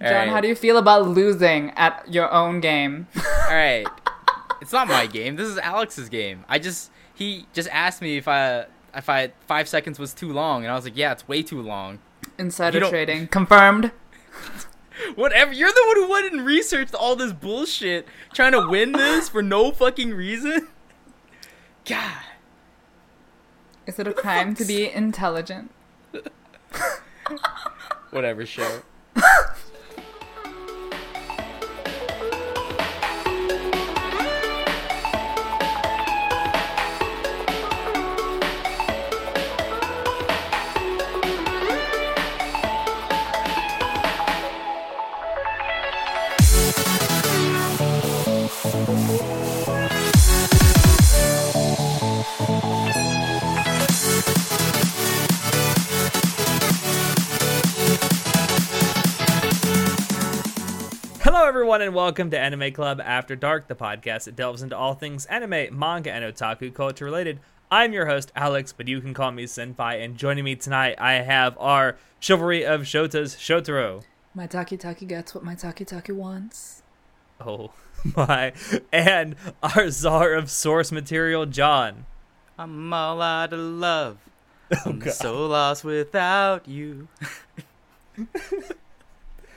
John, right. how do you feel about losing at your own game? All right. It's not my game. This is Alex's game. I just he just asked me if I if I five seconds was too long, and I was like, yeah, it's way too long. You Insider don't- trading confirmed. Whatever. You're the one who went and researched all this bullshit, trying to win this for no fucking reason. God. Is it a crime to be intelligent? Whatever. Show. Hello, everyone, and welcome to Anime Club After Dark, the podcast that delves into all things anime, manga, and otaku culture related. I'm your host, Alex, but you can call me Senpai, and joining me tonight, I have our Chivalry of Shota's Shotaro. My talkie talkie gets what my talkie talkie wants. Oh my. And our czar of source material, John. I'm all out of love. I'm so lost without you.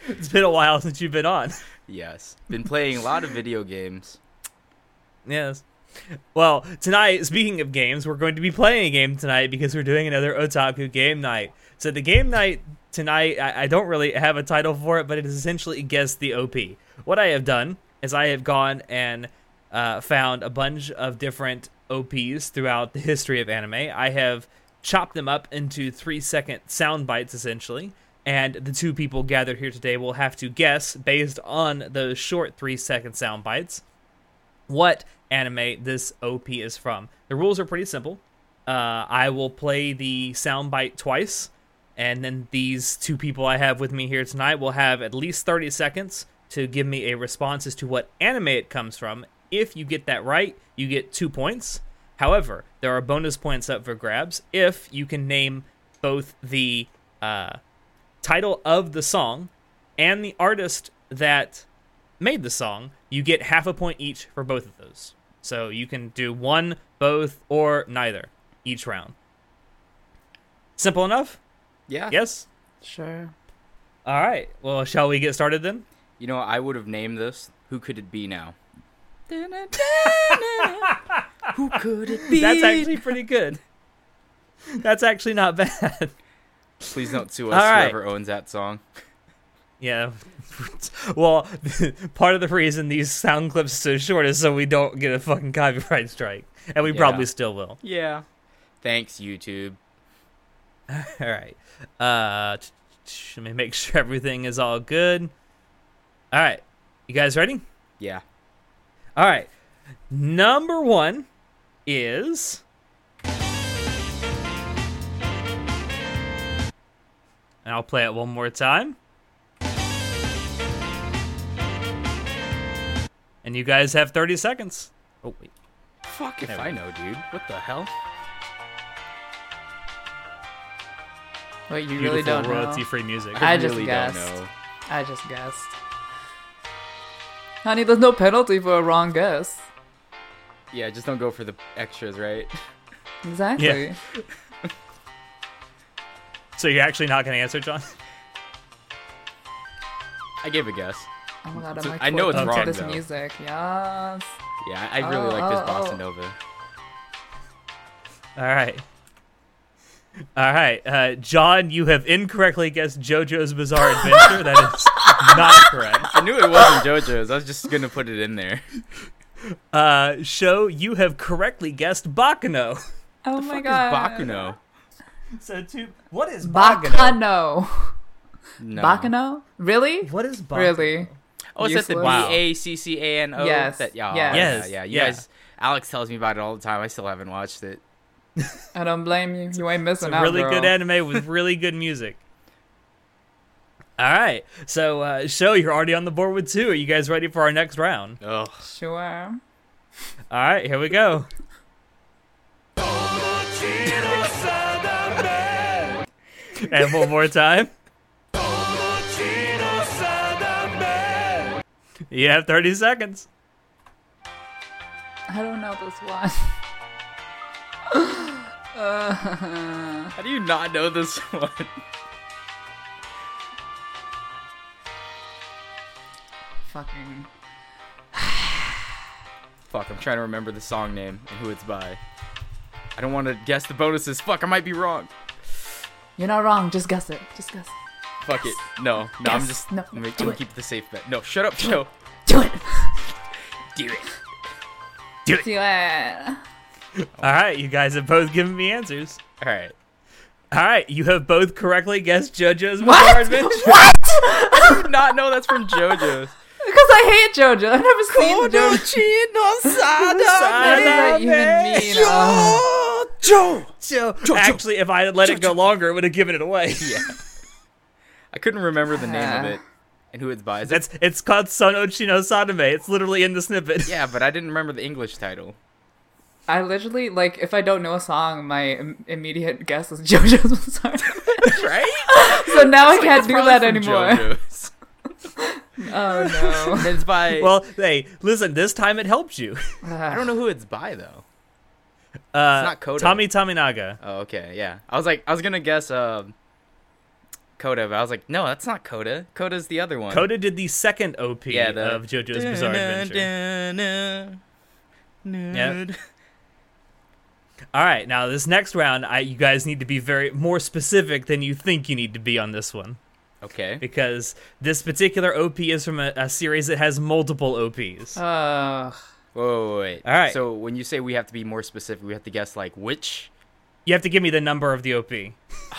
It's been a while since you've been on. Yes. Been playing a lot of video games. Yes. Well, tonight, speaking of games, we're going to be playing a game tonight because we're doing another otaku game night. So the game night tonight, I, I don't really have a title for it, but it is essentially guess the OP. What I have done is I have gone and uh, found a bunch of different OPs throughout the history of anime. I have chopped them up into three second sound bites essentially. And the two people gathered here today will have to guess based on those short three second sound bites what anime this OP is from. The rules are pretty simple. Uh, I will play the soundbite twice, and then these two people I have with me here tonight will have at least 30 seconds to give me a response as to what anime it comes from. If you get that right, you get two points. However, there are bonus points up for grabs if you can name both the uh, title of the song and the artist that made the song, you get half a point each for both of those. So you can do one, both, or neither each round. Simple enough? Yeah. Yes? Sure. All right. Well, shall we get started then? You know, I would have named this. Who could it be now? Who could it be? That's actually pretty good. That's actually not bad. Please don't sue All us. right. Whoever owns that song. Yeah. well, part of the reason these sound clips are so short is so we don't get a fucking copyright strike. And we Yeah. probably still will. Yeah. Thanks, YouTube. All right. Uh, t- t- let me make sure everything is all good. All right. You guys ready? Yeah. All right. Number one is. And I'll play it one more time. And you guys have 30 seconds. Oh, wait. Fuck if There we I know, dude. What the hell? Wait, you really Beautiful don't royalty know. free music. I just really guessed. don't know. I just guessed. Honey, there's no penalty for a wrong guess. Yeah, just don't go for the extras, right? Exactly. Yeah. so you're actually not going to answer, John? I gave a guess. Oh my god, I'm So- like I know it's forced into wrong, this though. music. Yes. Yeah, I I really Oh, like this oh, bossa oh. nova. All right. All right. Uh, John, you have incorrectly guessed JoJo's Bizarre Adventure. that is not correct. I knew it wasn't JoJo's. I was just gonna put it in there. Uh, show, you have correctly guessed Bakano. Oh my Fuck god. is Bakuno? So, two. What is Bacano. No. Bacano? Really? What is Bakano? Really? Oh, is that the B Useless. Wow. A C C A N O? Yes, That, yeah, yes. Yes, Yeah, yeah. You yeah. guys, Alex tells me about it all the time. I still haven't watched it. I don't blame you. You ain't missing It's out, a really girl. good anime with really good music. All right. So, uh, show, you're already on the board with two. Are you guys ready for our next round? Ugh. Sure. All right. Here we go. and one more time. You have 30 seconds. I don't know this one. uh, How do you not know this one? fucking. Fuck, I'm trying to remember the song name and who it's by. I don't want to guess the bonuses. Fuck, I might be wrong. You're not wrong. Just guess it. Just guess. it. Fuck it. No, no, I'm Yes. just No. I'm gonna- Do I'm gonna it. keep the safe bet. No, shut up, Joe. Do it. Do it. Do it. All right, you guys have both given me answers. All right. All right, you have both correctly guessed JoJo's Bizarre What? Adventure. What? I did not know that's from JoJo's. Because I hate JoJo. I've never seen JoJo. What does that even mean? Oh, Joe. So, actually, if I had let it go longer, it would have given it away. Yeah. I couldn't remember the name of Uh. it and who it's by. Is it- That's it's called Sonochi no Sadame. It's literally in the snippet. yeah, but I didn't remember the English title. I literally like if I don't know a song, my im- immediate guess is JoJo's Bizarre. Right? so now I It's can't do probably that from anymore. JoJo's. Oh And it's by. Well, hey, listen, this time it helped you. no. I don't know who it's by though. Uh, not Koda. Tommy Taminaga. Oh, okay, yeah. I was like, I was gonna guess um, Coda, but I was like, no, that's not Coda. Coda's the other one. Koda did the second OP Yeah, the- of JoJo's Bizarre Adventure. Yep. All right, now this next round, I, you guys need to be very more specific than you think you need to be on this one Okay. because this particular OP is from a, a series that has multiple OPs. Ugh. Whoa, whoa, wait. All right. So when you say we have to be more specific, we have to guess like which. you have to give me the number of the OP.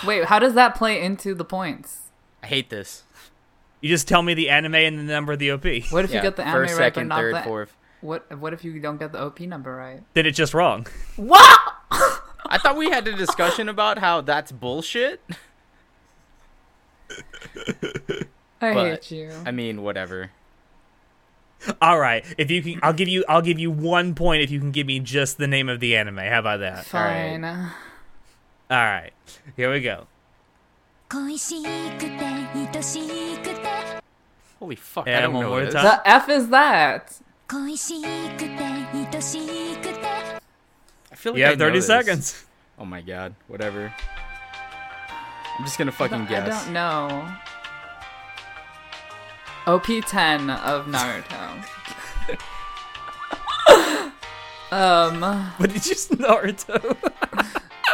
Wait, how does that play into the points? I hate this. You just tell me the anime and the number of the OP. What if Yeah, you get the anime first, right second, but not third, the e-, fourth. what? What if you don't get the OP number right? Did it just wrong? What? I thought we had a discussion about how that's bullshit. I But- hate you. I mean, whatever. All right, if you can, I'll give you, I'll give you one point if you can give me just the name of the anime. How about that? right. Fine. All right, here we go. 恋しくて愛しくて Holy fuck! Yeah, I don't one know more this. time. The F is that? 恋しくて愛しくて I feel like You I have know thirty this. seconds. Oh my god. Whatever. I'm just gonna I fucking guess. don't know. OP ten of Naruto. um. What did you say, Naruto?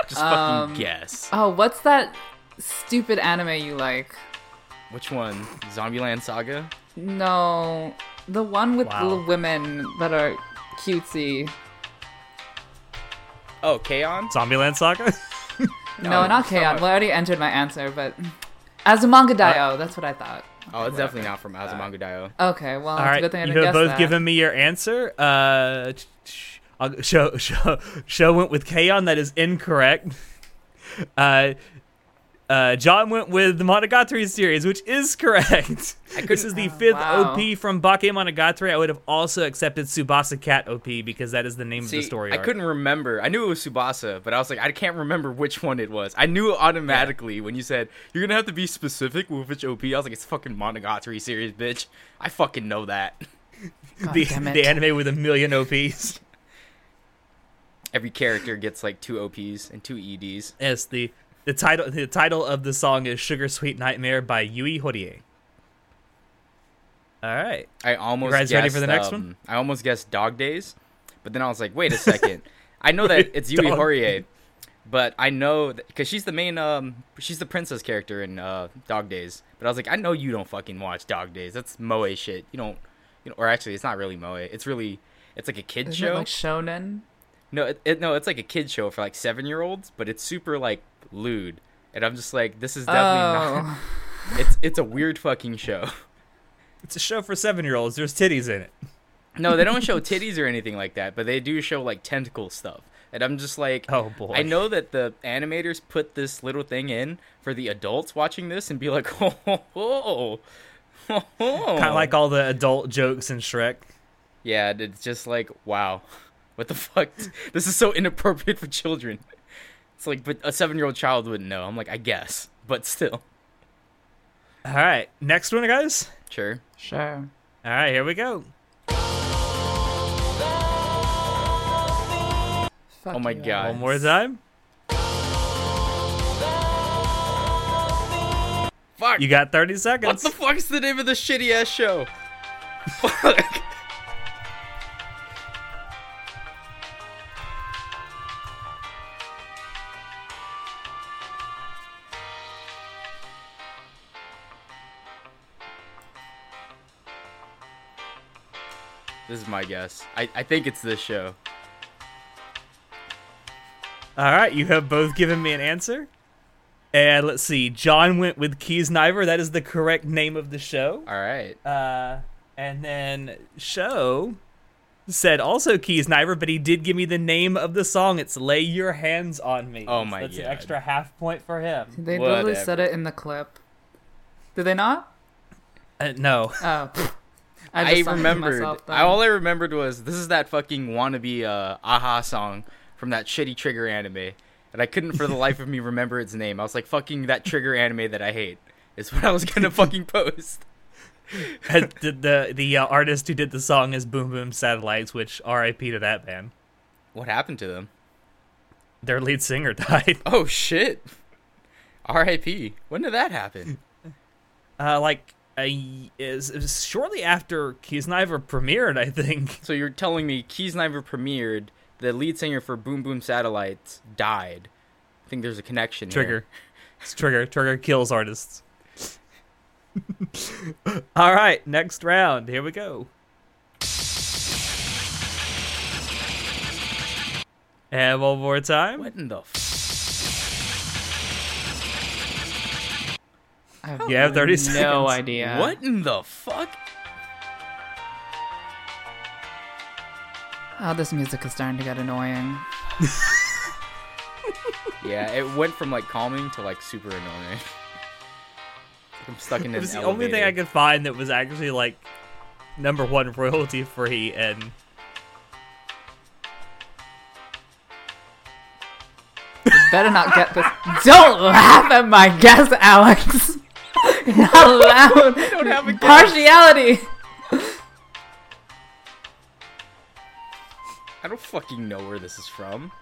Just Um, fucking guess. Oh, what's that stupid anime you like? Which one? Zombieland Saga? No, the one with Wow. the women that are cutesy. Oh, K-On? Zombieland Saga. No, No, not so K-On! much. Well, I already entered my answer, but Azumanga Daioh. that's what I thought. Oh, it's definitely not from Azumanga Daioh. Okay, well, All it's right, a good thing I you didn't have guess both that. given me your answer. Uh, sh- sh- I'll, show show show went with Kaon. That is incorrect. Uh, uh, John went with the Monogatari series, which is correct. This is the fifth oh, wow. OP from Bakemonogatari. I would have also accepted Subasa Cat OP because that is the name See, of the story. I arc. couldn't remember. I knew it was Subasa, but I was like, I can't remember which one it was. I knew automatically when you said you're gonna have to be specific with which OP. I was like, it's fucking Monogatari series, bitch. I fucking know that. God The, damn it. the anime with a million OPs. Every character gets like two OPs and two E EDs. yes, the the title the title of the song is "Sugar Sweet Nightmare" by Yui Horie. All right. I almost guys guessed, ready for the next um, one? I almost guessed Dog Days, but then I was like, wait a second. I know that it's Yui Dog Horie, but I know because she's the main um she's the princess character in uh Dog Days. But I was like, I know you don't fucking watch Dog Days. That's moe shit. You don't you know or actually it's not really moe. It's really it's like a kid Isn't it show. like Shonen? No, it, it, no, it's like a kid show for like 7-year-olds, but it's super like lewd. And I'm just like this is definitely Oh, not It's it's a weird fucking show. It's a show for seven year olds. There's titties in it. No, they don't show titties or anything like that, but they do show like tentacle stuff. And I'm just like, Oh, boy. I know that the animators put this little thing in for the adults watching this and be like, oh, oh, oh, oh, oh. Kind of like all the adult jokes in Shrek. yeah, and it's just like, wow, what the fuck? This is so inappropriate for children. It's like, but a seven year old child wouldn't know. I'm like, I guess, but still, All right, next one, guys. sure. sure. All right, here we go. Fuck Oh my you, God. One more time. Fuck. You got 30 what seconds. the fuck's the name of this shitty ass show? Fuck. This is my guess. I, I think it's this show. All right, you have both given me an answer. And let's see. John went with Keysniver. That is the correct name of the show. All right. Uh, and then show said also Keysniver, but he did give me the name of the song. It's "Lay Your Hands on Me." Oh my That's an God. extra half point for him. They literally Whatever. said it in the clip. Did they not? Uh, no. Oh. pfft. I, just unmuted remembered. myself then. I, all I remembered was this is that fucking wannabe uh, aha song from that shitty Trigger anime, and I couldn't for the life of me remember its name. I was like, fucking that Trigger anime that I hate is what I was gonna fucking post. the the, the uh, artist who did the song is Boom Boom Satellites, which R.I.P. to that band. What happened to them? Their lead singer died Oh shit! R.I.P. When did that happen? uh, like a, y- is, is shortly after Keysniver premiered, I think. So you're telling me Keys Never premiered, the lead singer for Boom Boom Satellites died. I think there's a connection. here. Trigger. It's trigger. Trigger kills artists. All right, next round. Here we go. And one more time. What in the? F- I You have 30 No seconds. idea. What in the fuck? Oh, this music is starting to get annoying. Yeah, it went from like calming to like super annoying. I'm stuck in It an was the elevator. only thing I could find that was actually like number one royalty free, and Better not get this. Don't laugh at my guess, Alex. You're not allowed. don't have a guess. Partiality. I don't fucking know where this is from.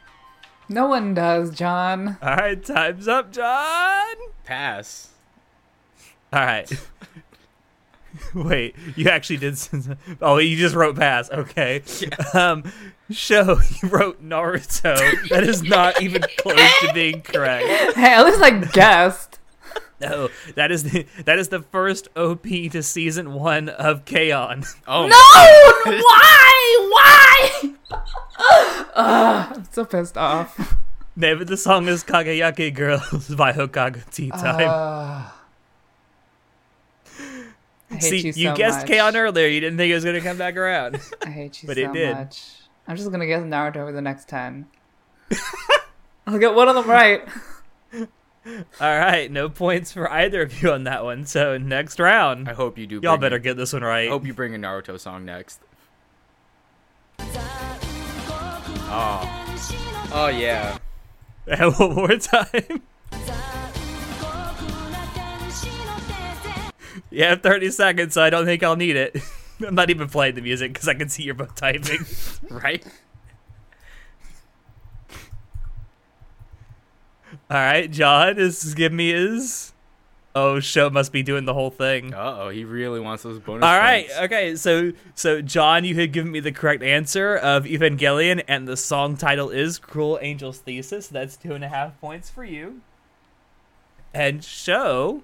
No one does, John. all right, time's up, John. Pass. All right. Wait, you actually did. s- Oh, you just wrote pass. Okay. Um, show you wrote Naruto. That is not even close to being correct. Hey, at least I guessed. No, that is the that is the first OP to season one of K-On! Oh No! Why? Why? Ugh, I'm so pissed off. Name of the song is Kagayake Girls by Hokago Tea Time. Oh, Ugh. I hate See, you, you, so guessed much. K-On! earlier. You didn't think it was gonna come back around. I hate you but so it did. much. I'm just gonna guess Naruto over the next ten. I'll get one of them right. All right, no points for either of you on that one. So next round, I hope you do. y'all bring better A, get this one I right. hope you bring a Naruto song next. Oh. Oh yeah. And one more time. You have 30 seconds, so I don't think I'll need it. I'm not even playing the music because I can see you're both typing. Right. All right, John is giving me his. Oh, show must be doing the whole thing. Uh oh, he really wants those bonus. All right, points. okay, so so John, you had given me the correct answer of Evangelion, and the song title is "Cruel Angel's Thesis." That's two and a half points for you. And show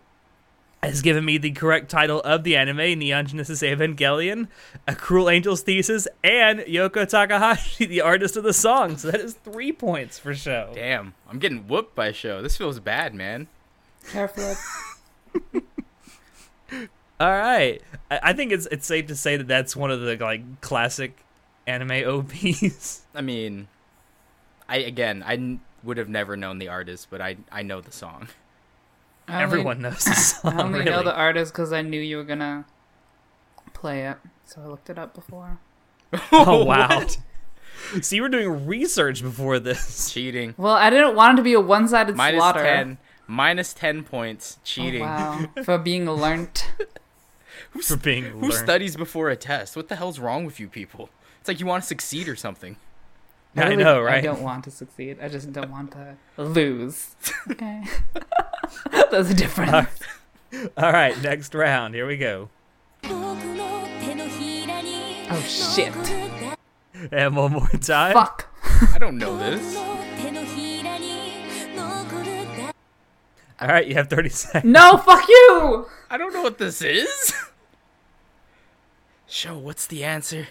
has given me the correct title of the anime, Neon Genesis Evangelion, A Cruel Angel's Thesis, and Yoko Takahashi, the artist of the song. So that is three points for show. Damn, I'm getting whooped by show. This feels bad, man. Careful. All right, I, I think it's it's safe to say that that's one of the like classic anime OPs. I mean, I again, I n- would have never known the artist, but I I know the song. I only- Everyone knows the song. I only really. know the artist because I knew you were gonna play it, so I looked it up before. oh wow! What? so you were doing research before this. Cheating. Well, I didn't want it to be a one-sided Minus slaughter. ten. Minus ten points. Oh, Cheating. wow, for being learnt. for being Who learned. studies before a test? What the hell's wrong with you people? It's like you want to succeed or something. I really- know, right? I don't want to succeed. I just don't want to lose. Okay. There's a difference. All right, next round. Here we go. 僕の手のひらに Oh, shit. 僕が And one more time. Fuck. I don't know 僕 this. の手のひらに残るだ All right, you have 30 seconds. No, fuck you! I don't know what this is. Show what's the answer?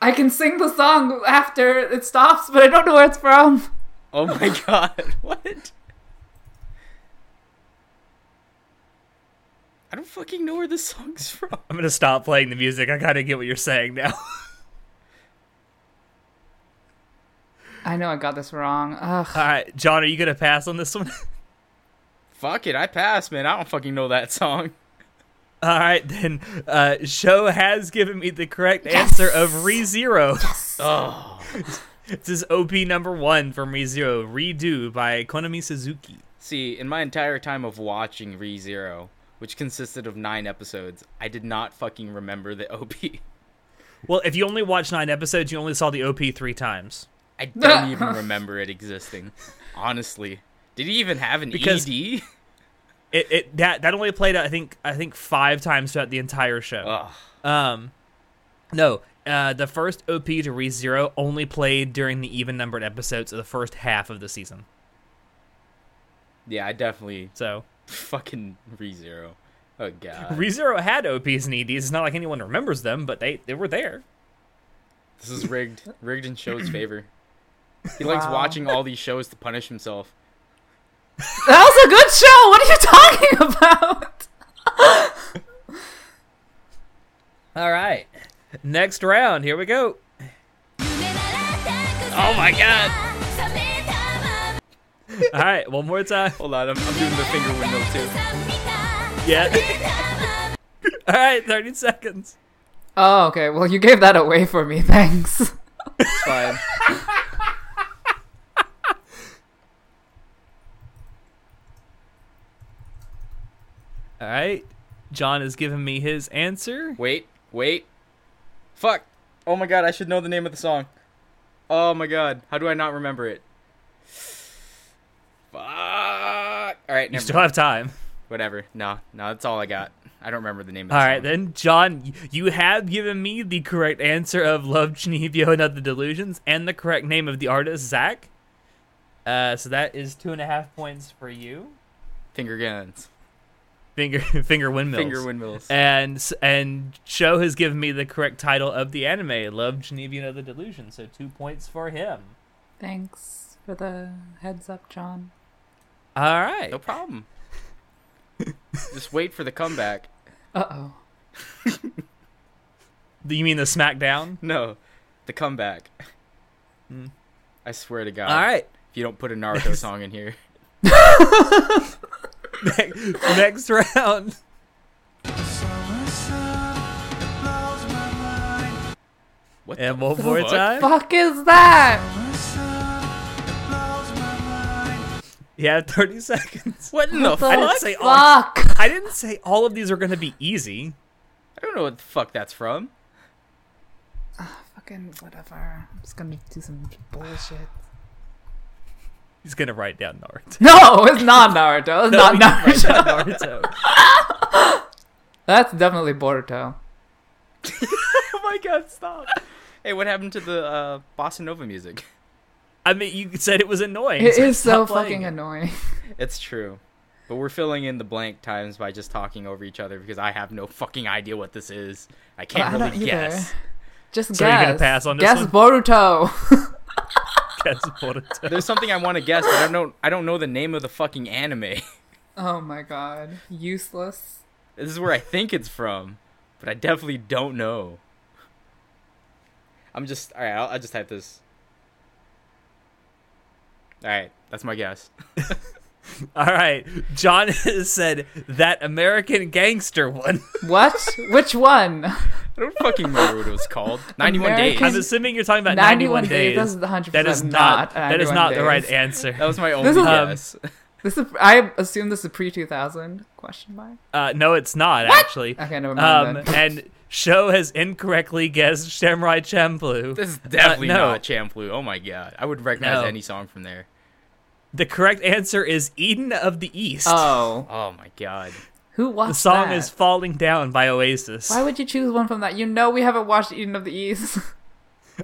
I can sing the song after it stops, but I don't know where it's from. Oh my god, what? I don't fucking know where this song's from. I'm going to stop playing the music. I kind of get what you're saying now. I know I got this wrong. Ugh. All right, John, are you going to pass on this one? Fuck it, I pass, man. I don't fucking know that song. All right, then. Uh, Show has given me the correct answer of Re Zero. Oh, This is OP number one from Re Zero, Redo by Konami Suzuki. see, in my entire time of watching Re Zero, which consisted of nine episodes, I did not fucking remember the OP. Well, if you only watched nine episodes, you only saw the OP three times. I don't even remember it existing. Honestly, did he even have an E Because- ED? It, it that that only played I think I think five times throughout the entire show. Ugh. Um, no, uh, the first OP to Re Zero only played during the even numbered episodes of the first half of the season. Yeah, I definitely So fucking ReZero. Oh god. Re Zero had OPs and EDs. It's not like anyone remembers them, but they they were there. this is rigged. Rigged in show's favor. He likes Wow. watching all these shows to punish himself. That was a good show! What are you talking about? All right, next round. Here we go. 夢なら Oh my god. たくさん覚めたまま All right, one more time. Hold on, I'm, I'm doing the finger window たく too. さん見 た Yeah. All right, thirty seconds. Oh, okay. Well, you gave that away for me. Thanks. It's fine. All right. John has given me his answer. Wait, wait. Fuck. Oh my god, I should know the name of the song. Oh my god, how do I not remember it? Fuck. All right, You never still have time. Whatever. No, no, that's all I got. I don't remember the name of the All song. right, then, John, y- you have given me the correct answer of Love Genevio and Other Delusions and the correct name of the artist, Zach. Uh, so that is two and a half points for you. Finger guns. Finger, finger windmills. Finger windmills. And s- and show has given me the correct title of the anime, Love Genevio and Other Delusions. So two points for him. Thanks for the heads up, John. All right. No problem. Just wait for the comeback. Uh oh. You mean the SmackDown? No, the comeback. I swear to God. Hmm. All right. If you don't put a Naruto song in here, Next round. what? And the one more fuck? time. Fuck is that? Yeah, 30 seconds. What in the, The fuck? say all- fuck? I didn't say all of these are going to be easy. I don't know what the fuck that's from. Fucking whatever. I'm just gonna do some bullshit. He's going to write down Naruto. No, it's not Naruto. It's not Write Naruto. down Naruto. That's definitely Boruto. Oh my god, stop. hey, what happened to the uh, bossa nova music? I mean, you said it was annoying. It so is so stop playing fucking it. annoying. It's true. But we're filling in the blank times by just talking over each other because I have no fucking idea what this is. I can't I don't really either. guess. Just So guess. you're gonna pass on this guess one? Boruto. That's Boruto. There's something I want to guess, but I don't. I don't know the name of the fucking anime. oh my god. Useless. This is where I think it's from, but I definitely don't know. I'm just all right. I'll, I'll just type this. All right, that's my guess. All right. John has said that American gangster one. What? Which one? I don't fucking remember what it was called. Ninety-one American- days. I'm assuming you're talking about 91, 91 days. That's 100% That is not that is 91 not the days. right answer. That was my only is- guess. This is, I assume this is pre two thousand question mark. Uh, no, it's not actually. Okay, never mind Um, then. and show has incorrectly guessed Samurai Champloo. This is definitely Uh, no. not Champloo. Oh my god, I would recognize No. any song from there. The correct answer is Eden of the East. Oh, Oh my god. who was the song that? is Falling Down by Oasis. Why would you choose one from that? You know we haven't watched Eden of the East.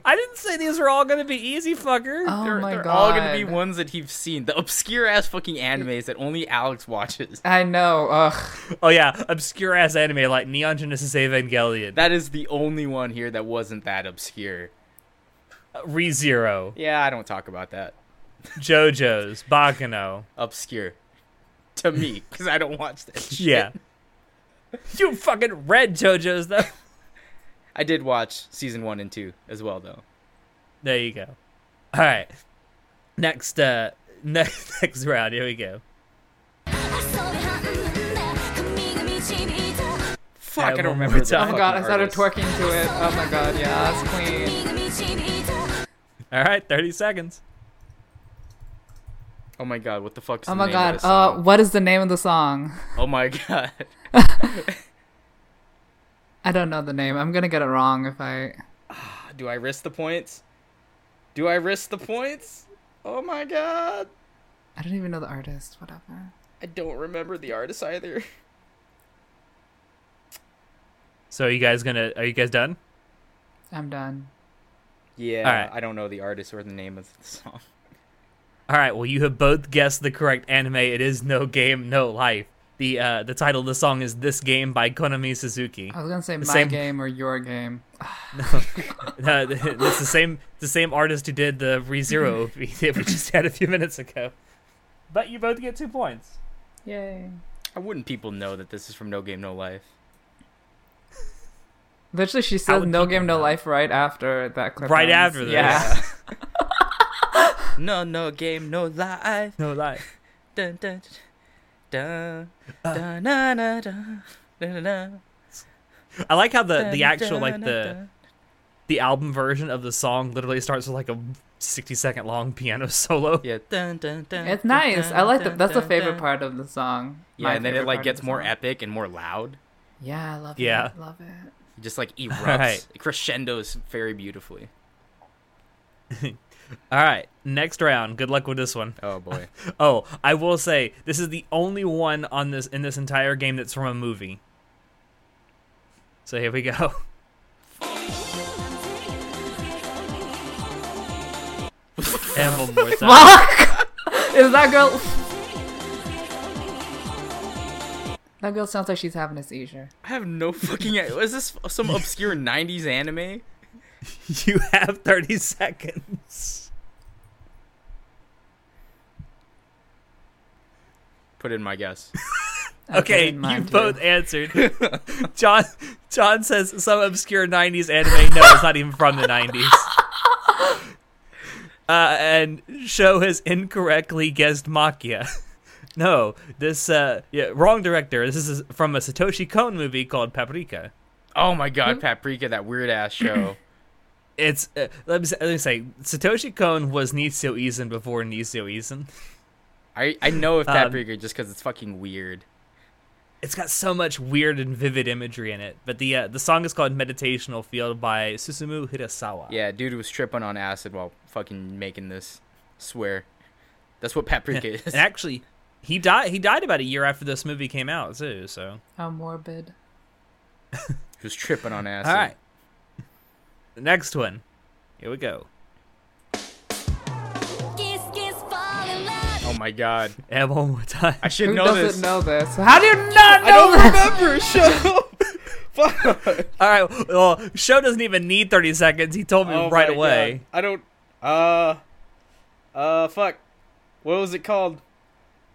I didn't say these were all gonna be easy, fucker. Oh they're my they're god! all gonna be ones that he's seen. The obscure ass fucking animes that only Alex watches. I know. Ugh. Oh yeah, obscure ass anime like Neon Genesis Evangelion. That is the only one here that wasn't that obscure. ReZero, Yeah, I don't talk about that. JoJo's, Bakano. Obscure. To me, because I don't watch that shit. Yeah. you fucking read JoJo's though. I did watch season one and two as well, though. There you go. All right. Next uh next next round, here we go. Fuck, Yeah, I don't one more remember. the time. Oh my god! I fucking started artist. twerking to it. Oh my god! Yeah, it's Queen. All right, 30 seconds. Oh my god, what the fuck? Is Oh the my name of god! this Uh, song? what is the name of the song? oh my god. I don't know the name. I'm gonna get it wrong if I. Do I risk the points? Do I risk the points? Oh my god. I don't even know the artist. Whatever. I don't remember the artist either. So are you guys going to are you guys done? I'm done. Yeah, All right. I don't know the artist or the name of the song. All right, well you have both guessed the correct anime. It is No Game No Life. The uh the title of the song is This Game by Konami Suzuki. I was gonna say my same- game or your game. Uh, it's the same the same artist who did the ReZero OP that we just had a few minutes ago. But you both get 2 points. Yay! How wouldn't people know that this is from No Game No Life? Literally, she How said would "No people Game, No know? Life" right after that clip. Right ends. after this. Yeah. No, no game, no life. No life. Dun, dun, dun, dun, dun, dun, dun, dun, dun, I like how the dun, the actual like dun, the dun. the album version of the song literally starts with like a 60 second long piano solo. yeah. Dun, dun, dun, It's dun, nice. dun, I like dun, that. That's the dun, favorite dun. part of the song. Yeah, My and then favorite it like part gets of the more song. epic and more loud. Yeah, I love Yeah. it. Love it. It just like erupts. right. It crescendos very beautifully. All right, next round. Good luck with this one. Oh boy. Oh, I will say this is the only one on this in this entire game that's from a movie. So here we go. and one more time. Is that girl? that girl sounds like she's having a seizure. I have no fucking. Is this some obscure '90s anime? You have 30 seconds. Put in my guess. I put Okay, in mine, you too. both answered. John John says some obscure '90s anime. No, it's not even from the '90s. Uh, and show has incorrectly guessed Makia. No, this uh, yeah, wrong director. This is from a Satoshi Kon movie called Paprika. Oh my god, Paprika, that weird ass show. It's uh, let, me say, let me say Satoshi Kon was Nisio Izen before Nisio Izen. I I know of Um, Paprika just because it's fucking weird. It's got so much weird and vivid imagery in it. But the uh, the song is called Meditational Field by Susumu Hirasawa. Yeah, dude was tripping on acid while fucking making this. Swear. That's what paprika And is. actually, he died. He died about a year after this movie came out too. So How morbid. He was tripping on acid. all right, the next one. Here we go. Oh my god. And one more time. I should Who know doesn't this. know this? How do you not know I don't this? remember. Shut up. Fuck. All right. Well, show doesn't even need thirty seconds. He told me Oh right my away. God. I don't. Uh. Uh. Fuck. What was it called?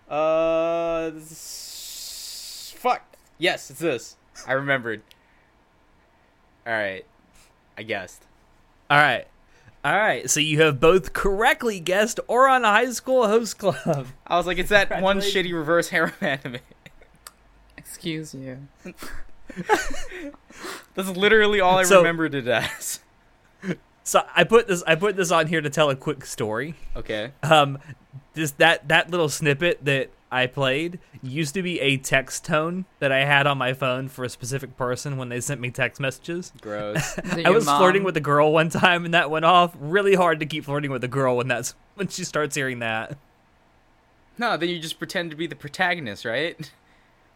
Uh. s- Fuck. Yes, it's this. I remembered. All right. I guessed. All right. All right. So you have both correctly guessed or on a high school host club. I was like, it's that one shitty reverse harem anime. Excuse you. That's literally all I So- remembered it as. So I put this. I put this on here to tell a quick story. Okay. um this that that little snippet that I played used to be a text tone that I had on my phone for a specific person when they sent me text messages. Gross. Is it I your was flirting mom? with a girl one time and that went off. Really hard to keep flirting with a girl when that's when she starts hearing that. no, then you just pretend to be the protagonist, right?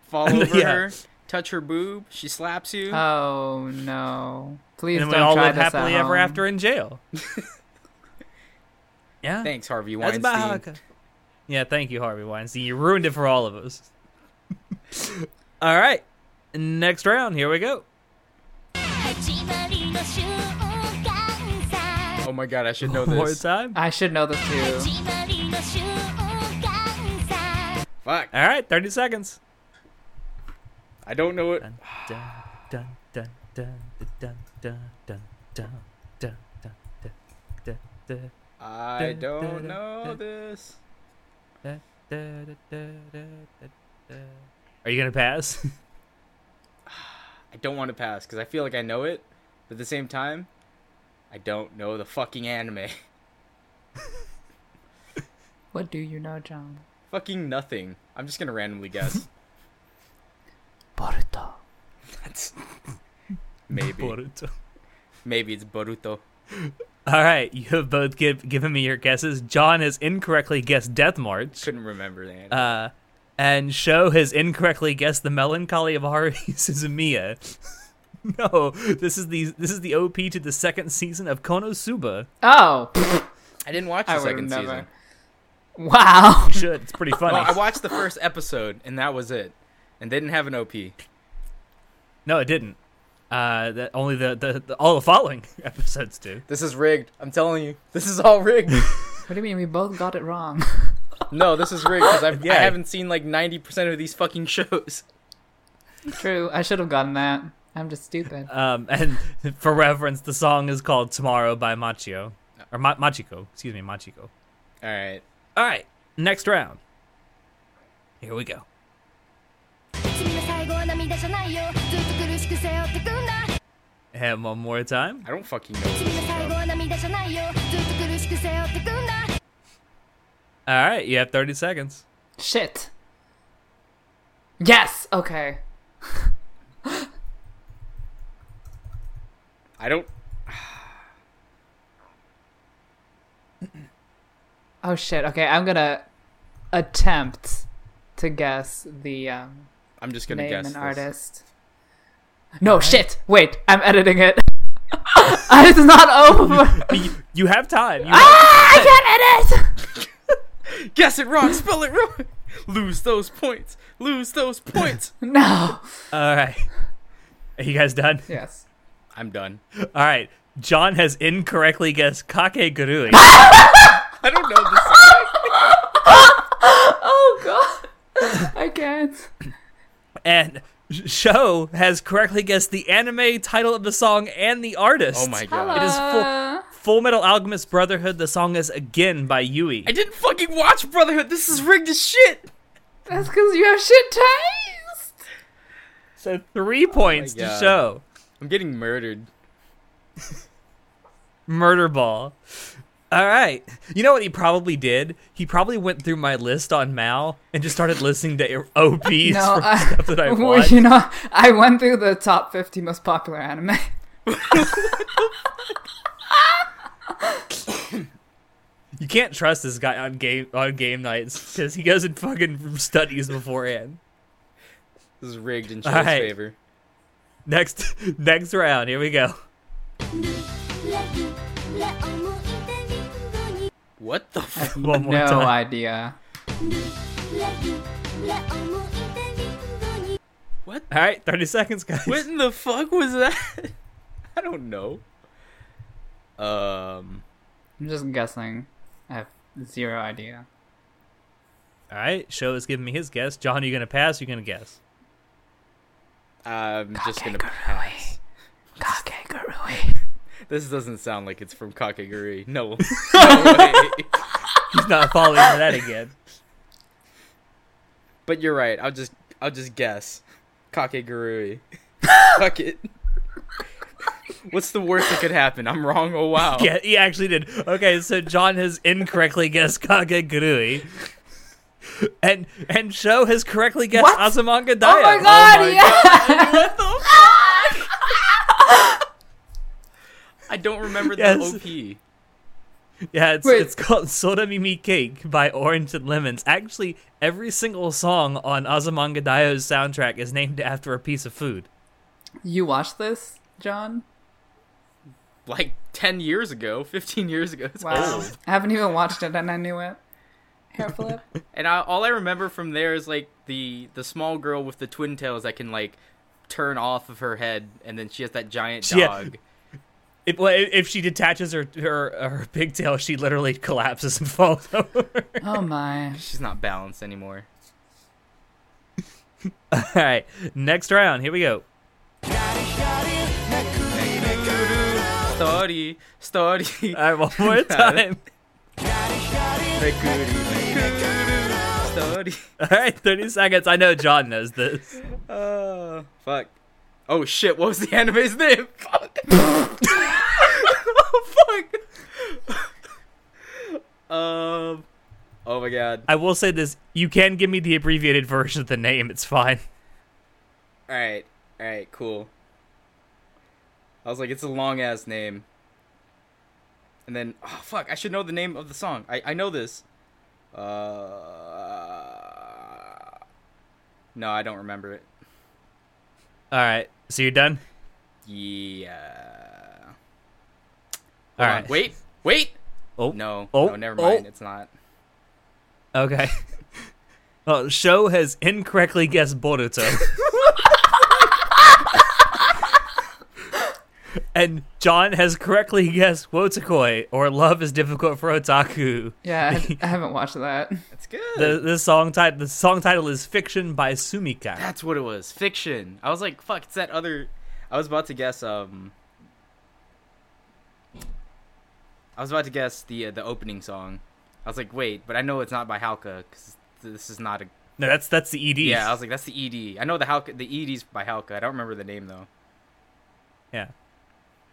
Fall over Yeah. her, touch her boob, she slaps you. Oh no! Please and don't we all try live this at happily ever home. after in jail. yeah. Thanks, Harvey That's Weinstein. about how I co- Yeah, thank you, Harvey Weinstein. You ruined it for all of us. all right. Next round, here we go. 始まりの瞬間さ Oh my god, I should know One more this. time. I should know this too. 始まりの瞬間さ All Fuck, right, 30 seconds. I don't know it. Dun, dun, dun, dun, dun, dun, dun, dun, dun, dun, dun, dun, dun, dun, I Da, da, don't da, know da. this. dun, dun, dun, dun, dun, dun. Are you gonna pass? I don't want to pass because I feel like I know it, but at the same time, I don't know the fucking anime. What do you know, John? fucking nothing. I'm just gonna randomly guess. Boruto. That's maybe Boruto. maybe it's Boruto. All right, you have both give, given me your guesses. John has incorrectly guessed Death March, Couldn't remember the anime. uh, and Sho has incorrectly guessed the melancholy of Haruhi Suzumiya. no, this is the this is the OP to the second season of Konosuba. Oh, I didn't watch the I would have second never. season. Wow. You should it's pretty funny. Well, I watched the first episode and that was it, and they didn't have an OP. No, it didn't. Uh, the, only the, the, the all the following episodes do. This is rigged. I'm telling you, this is all rigged. What do you mean? We both got it wrong. no, this is rigged because Yeah. I haven't seen like 90% of these fucking shows. True. I should have gotten that. I'm just stupid. Uh. Um, and for reference, the song is called "Tomorrow" by Machio or Ma- Machiko. Excuse me, Machiko. All right. All right, next round. Here we go. 次の最後は涙じゃないよずっと苦しく背負ってくんだ And one more time. I don't fucking know. 次の最後は涙じゃないよずっと苦しく背負ってくんだ All right, you have thirty seconds. Shit. Yes. Okay. I don't. Oh shit. Okay. I'm gonna attempt to guess the um, I'm just gonna name guess. and this. artist. No shit. Wait. I'm editing it. it's not over. You, you have time. You Ah! I can't edit. Guess it wrong. Spell it wrong. Lose those points. Lose those points. No. All right. Are you guys done? Yes. I'm done. All right. John has incorrectly guessed Kakegurui. I don't know this. song. Oh god. I can't. And Show has correctly guessed the anime title of the song and the artist. Oh my god. It Hello. is Uh. full, full Metal Alchemist Brotherhood. The song is again by Yui. I didn't fucking watch Brotherhood. This is rigged as shit. That's because you have shit taste. So three points to God. Show. I'm getting murdered. Murder Ball. All right. You know what he probably did? He probably went through my list on Mal and just started listening to OPs No, from I, stuff that I Well, watched. you know, I went through the top 50 most popular anime. You can't trust this guy on game on game nights because he goes and fucking studies beforehand. This is rigged in All Show's right. favor. Next next round. Here we go. ルレルレ思い出リンゴに What the fuck? One more no time. idea. ルレルレ思い出リンゴに What? All right, 30 seconds, guys. What in the fuck was that? I don't know. Um. I'm just guessing. I have zero idea. All right, show is giving me his guess. John, are you going to pass? Or you going to guess? I'm just gonna Kakegurui. pass. Kakegurui. This doesn't sound like it's from Kakegurui. No. no way. He's not falling for that again. But you're right. I'll just I'll just guess. Kakegurui. Fuck it. What's the worst that could happen? I'm wrong. Oh wow. Yeah, he actually did. Okay, so John has incorrectly guessed Kakegurui. and and Sho has correctly guessed What? Azumanga Daioh. Oh my god, my yeah. What the fuck? I don't remember the Yes. OP. Yeah, it's, Wait. it's called Soda Mimi Cake by Orange and Lemons. Actually, every single song on Azumanga Daioh's soundtrack is named after a piece of food. you watched this, John? Like 10 years ago, 15 years ago. It's Wow. old. I haven't even watched it and I knew it. Hair flip. And I, all I remember from there is like the the small girl with the twin tails that can like turn off of her head, and then she has that giant She- dog. If, well, if she detaches her, her her pigtail, she literally collapses and falls over. Oh my. She's not balanced anymore. All right, next round. Here we go. Story, story. All right, one more time. Story. All right, 30 seconds. I know John knows this. Uh, fuck. Oh shit! What was the anime's name? Fuck. oh fuck. um. Oh my god. I will say this. You can give me the abbreviated version of the name. It's fine. All right. All right. Cool. I was like, it's a long ass name. And then, oh fuck! I should know the name of the song. I I know this. Uh. No, I don't remember it. All right, so you're done? Yeah. All Hold on, right. Wait. Wait. Oh, No. Oh, no. Never mind. oh. It's not. Okay. Well, Sho has incorrectly guessed Boruto. and John has correctly guessed Wotakoi, or Love is Difficult for Otaku. Yeah, I, I haven't watched that. It's good. The, the, song title, the song title is Fiction by Sumika. That's what it was. Fiction. I was like, fuck. It's that other. I was about to guess. Um. I was about to guess the uh, the opening song. I was like, wait, but I know it's not by Halka because this is not a. No, that's that's the E ED. Yeah, I was like, that's the ED. I know the Halka. The ED's by Halka. I don't remember the name though. Yeah.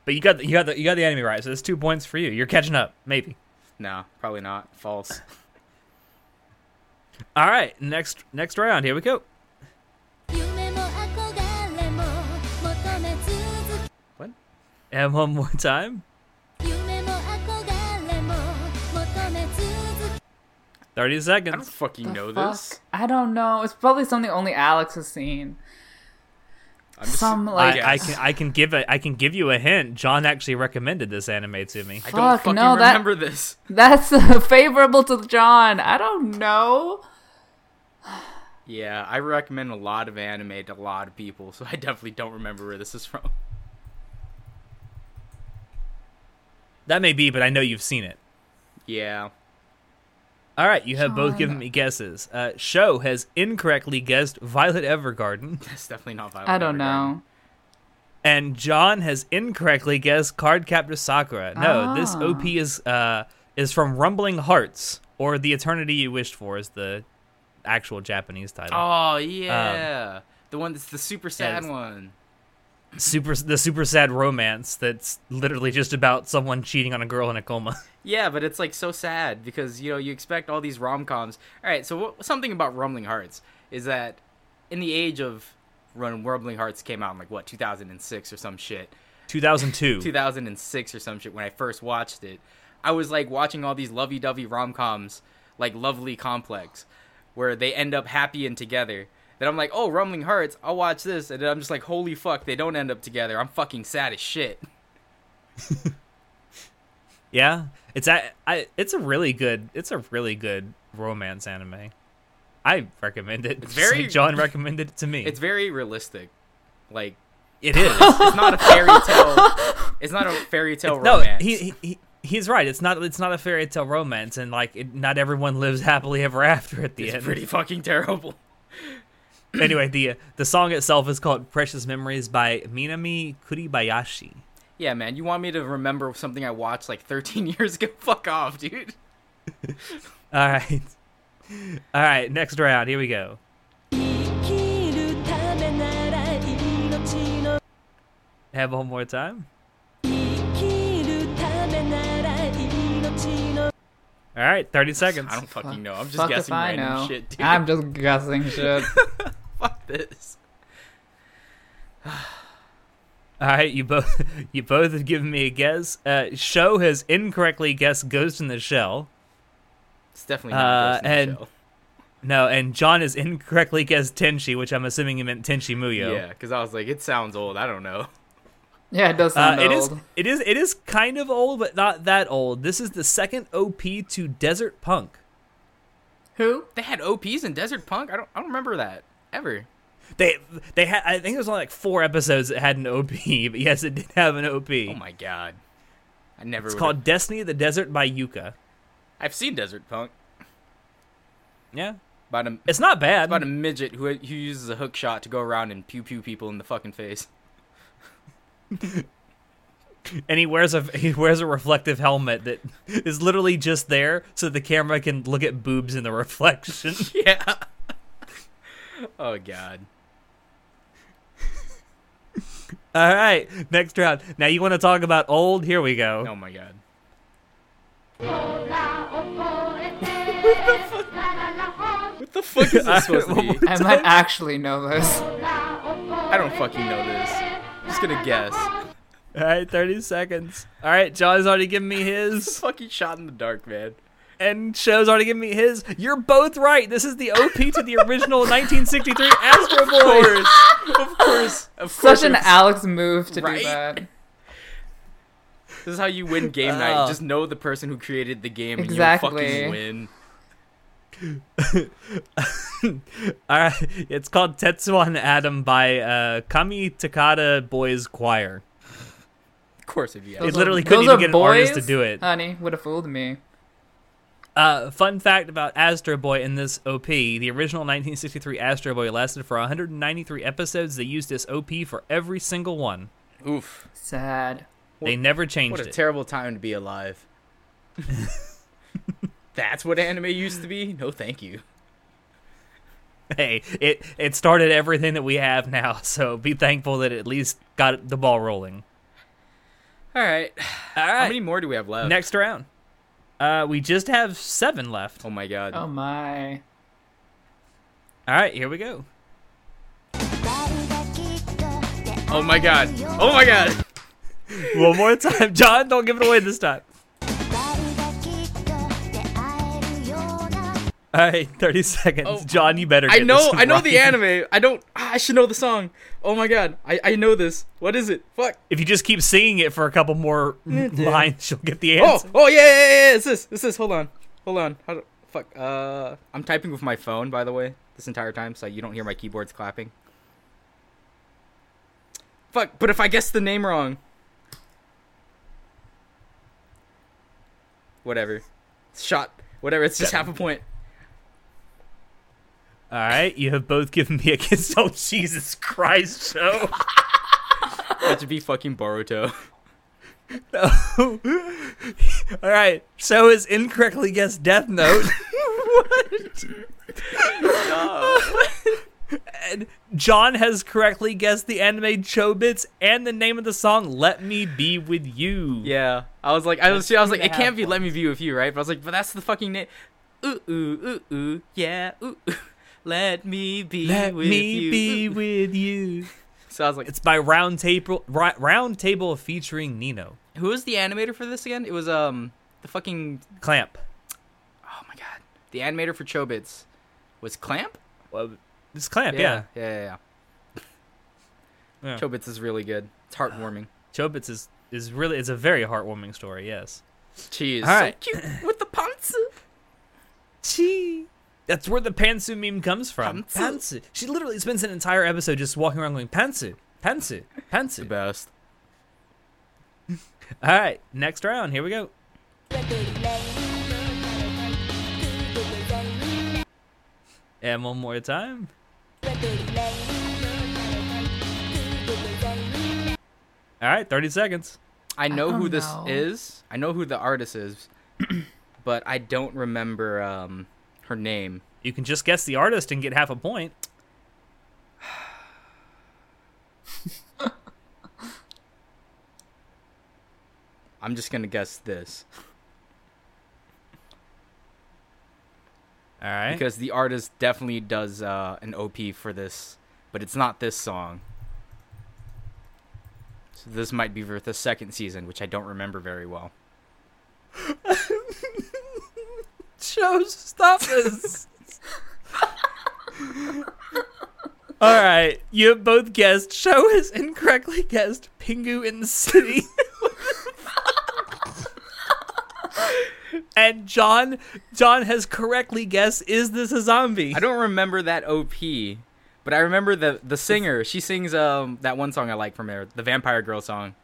But you got the, you got the you got the enemy right, so that's two points for you. You're catching up, maybe. No, probably not. False. All right, next next round. Here we go. 夢も憧れも求め続け what? And one more time. 夢も憧れも求め続け Thirty I don't seconds. fucking The know fuck? this. I don't know. It's probably something only Alex has seen. I'm Some like I, I can I can give a I can give you a hint. John actually recommended this anime to me. I don't Fuck, fucking no, that- remember this. that's uh, favorable to John. I don't know. Yeah, I recommend a lot of anime to a lot of people, so I definitely don't remember where this is from. That may be, but I know you've seen it. Yeah. All right, you have both John. given me guesses. Uh, Sho has incorrectly guessed Violet Evergarden, That's definitely not Violet. I don't know. and John has incorrectly guessed Cardcaptor Sakura. No, this Ah. OP is uh is from Rumbling Hearts or The Eternity You Wished For is the actual Japanese title. Oh yeah, the one that's the super sad it's- one. Super the super sad romance that's literally just about someone cheating on a girl in a coma. Yeah, but it's like so sad because you know you expect all these rom coms. All right, so what, something about Rumbling Hearts is that in the age of when Rumbling Hearts came out in like what 2006 or some shit, 2002. 2006 or some shit when I first watched it, I was like watching all these lovey dovey rom coms like Lovely Complex, where they end up happy and together. Then I'm like, oh, Rumbling Hearts, I'll watch this, and then I'm just like, holy fuck, they don't end up together. I'm fucking sad as shit. Yeah, it's a, I, it's a really good it's a really good romance anime. I recommend it. It's very- John recommended it to me. It's very realistic. Like it is it's not a fairy tale. It's not a fairy tale no romance. he, he he he's right. It's not it's not a fairy tale romance, and like it, not everyone lives happily ever after at the it's end. pretty fucking terrible. anyway, the the song itself is called "Precious Memories" by Minami Kuribayashi. Yeah, man. You want me to remember something I watched like 13 years ago? Fuck off, dude. All right, all right. Next round. Here we go. 生きるためなら命の Have one more time. 生きるためなら命の All All right, 30 seconds. I don't fucking know. I'm just Fuck if guessing I random know. shit, dude. I'm just guessing shit. Fuck this. All right, you both you both have given me a guess. Uh, Show has incorrectly guessed Ghost in the Shell. It's definitely not Uh, Ghost in the and- Shell. No, and John has incorrectly guessed Tenchi, which I'm assuming he meant Tenchi Muyo. Yeah, because I was like, it sounds old. I don't know. Yeah, it does Uh, sound it is old. it is it is kind of old, but not that old. This is the second OP to Desert Punk. Who? They had OPs in Desert Punk. I don't. I don't remember that ever. They they had I think there was only like four episodes that had an OP, but yes, it did have an OP. Oh my god. I never. it's would've- called Destiny of the Desert by Yuka. I've seen Desert Punk. Yeah, About a it's not bad. about a midget who who uses a hook shot to go around and pew pew people in the fucking face. and he wears a he wears a reflective helmet that is literally just there so the camera can look at boobs in the reflection. Yeah. oh god. All right, next round. Now you want to talk about old? Here we go. Oh my god. ほら覚えてラララほ What the fuck is this supposed to be? I might actually know this. ら覚えて I don't fucking know this. I'm just gonna guess. All right, 30 seconds. All right, John's already given me It's his, fucking shot in the dark, man. and Show's already given me his. You're both right. This is the OP to the original 1963 Astro Of Boy. course. Of course. Of course. Such an it's- Alex move to Right? do that. This is how you win game night. Oh. Just know the person who created the game and you'll Exactly. fucking win. All right, it's called Tetsuo and Adam by uh, Kami Takada Boys Choir. Of course, if you Those ask. It literally are, couldn't even those are get an boys? artist to do it. Honey, would have fooled me. Uh, fun fact about Astro Boy in this OP: the original 1963 Astro Boy lasted for 193 episodes. They used this OP for every single one. Oof. Sad. they never changed What a it. terrible time to be alive. That's what anime used to be? No, thank you. hey, it it started everything that we have now. So be thankful that it at least got the ball rolling. All right. All How right, many more do we have left? next round. Uh, we just have seven left. Oh my god. Oh my. All right, here we go. Oh my god. Oh my god. One more time, John. Don't give it away this time. All right, 30 seconds, Oh. John. You better. I get know this I know the right. anime. I don't ah, I should know the song. Oh my god. I, I know this. What is it? Fuck. If you just keep singing it for a couple more lines, you'll get the Oh, answer. oh yeah, yeah, yeah, yeah. It's this. It's this. Hold on. Hold on. How do, fuck. Uh I'm typing with my phone by the way this entire time so you don't hear my keyboards clapping. Fuck, but if I guess the name wrong. Whatever. Shot. Whatever. It's just half a point. All right, you have both given me a kiss. Oh, Jesus Christ, show. That should be fucking Boruto. All right, show is incorrectly guessed Death Note. And John has correctly guessed the anime Chobits and the name of the song "Let Me Be With You." Yeah, I was like, I was, I was two and like, it a can't half be "Let Me Be with You," right? But I was like, but that's the fucking name. Ooh ooh ooh ooh, yeah ooh. ooh. Let me be Let with me you. be Ooh. with you. So I was like, It's by Round Table, Ri- Round Table featuring Nino. who was the animator for this again? It was um the fucking Clamp. oh my god, the animator for Chobits was Clamp. Well, it's Clamp, yeah. yeah, yeah, yeah. yeah. Yeah. Chobits is really good. It's heartwarming. Chobits is is really it's a very heartwarming story. Yes. Cheese. All right. So cute with the pants. Chee. That's where the Pansu meme comes from. Pantsu. Pantsu. She literally spends an entire episode just walking around going Pantsu, Pantsu, Pantsu. best. All right, next round. Here we go. And one more time. All right, 30 seconds. I Oh, know who don't this know. is. I know who the artist is, but I don't remember um her name. You can just guess the artist and get half a point. I'm just gonna guess this. All right. because the artist definitely does uh, an OP for this, but it's not this song. So this might be for the second season, which I don't remember very well. Shows, stop this. All right. You have both guessed. Show has incorrectly guessed Pingu in the City. and John John has correctly guessed Is This a Zombie? I don't remember that OP, but I remember the the singer. She sings um that one song I like from her, the Vampire Girl song.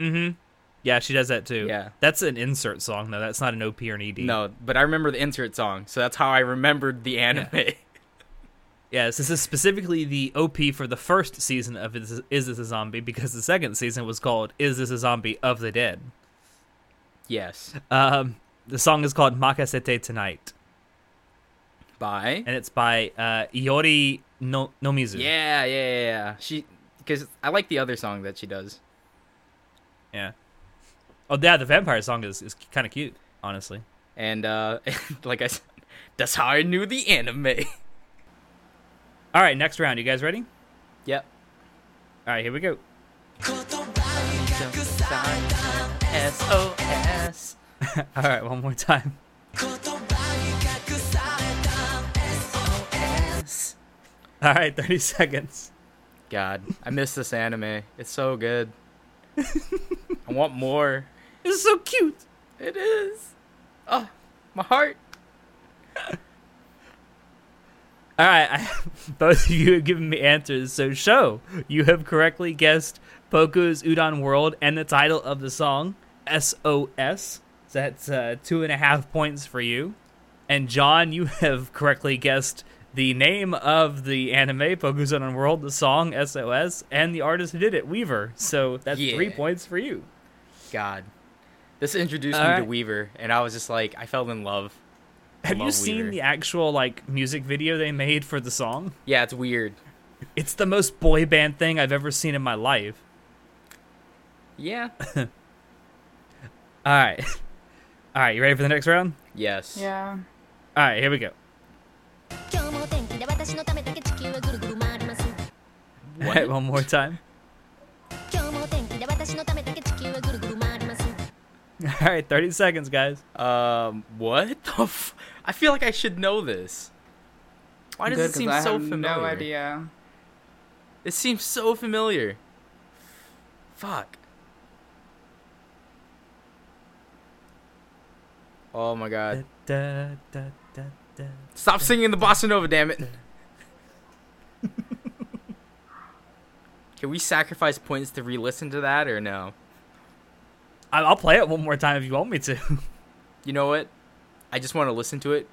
Yeah, she does that too. Yeah. That's an insert song though. That's not an OP or an E ED. No, but I remember the insert song, so that's how I remembered the anime. Yes, this is specifically the OP for the first season of Is, Is This a Zombie because the second season was called Is This a Zombie of the Dead. yes. Um, the song is called Makasete Tonight Bye. and it's by uh, Iori no- Nomizu. Yeah, yeah, yeah, yeah. She because I like the other song that she does. Yeah. Oh yeah, the vampire song is, is kind of cute, honestly. And uh like I said, that's how I knew the anime. All right, next round. You guys ready? yep. All right, here we go. S-O-S. All right, one more time. All right, 30 seconds. God, I miss this anime. It's so good. I want more. It's so cute. It is. Oh, my heart. All right, I, both of you have given me answers. So, show you have correctly guessed Poku's Udon World and the title of the song SOS. So that's uh, two and a half points for you. And John, you have correctly guessed the name of the anime Poku's Udon World, the song SOS, and the artist who did it, Weaver. So that's Yeah. three points for you. God. This introduced me to Alright. Weaver, and I was just like, I fell in love. Have you love seen Weaver. the actual like music video they made for the song? Yeah, it's weird. It's the most boy band thing I've ever seen in my life. Yeah. All right. All right, you ready for the next round? yes. Yeah. All right, here we go. 今日もお天気で私のためだけ地球はぐるぐる回ります All right, one more time. 今日もお天気で私のためだけ地球はぐるぐる回ります All right, 30 seconds, guys. Um, what the f- I feel like I should know this. Why does Good, it 'cause seem I so have familiar? No idea. It seems so familiar. Fuck. Oh my Da, god. da, da, da, da. Stop singing the bossa nova, damn it. Can we sacrifice points to re-listen to that or no? I- I'll play it one more time if you want me to. You know what? I just want to listen to it.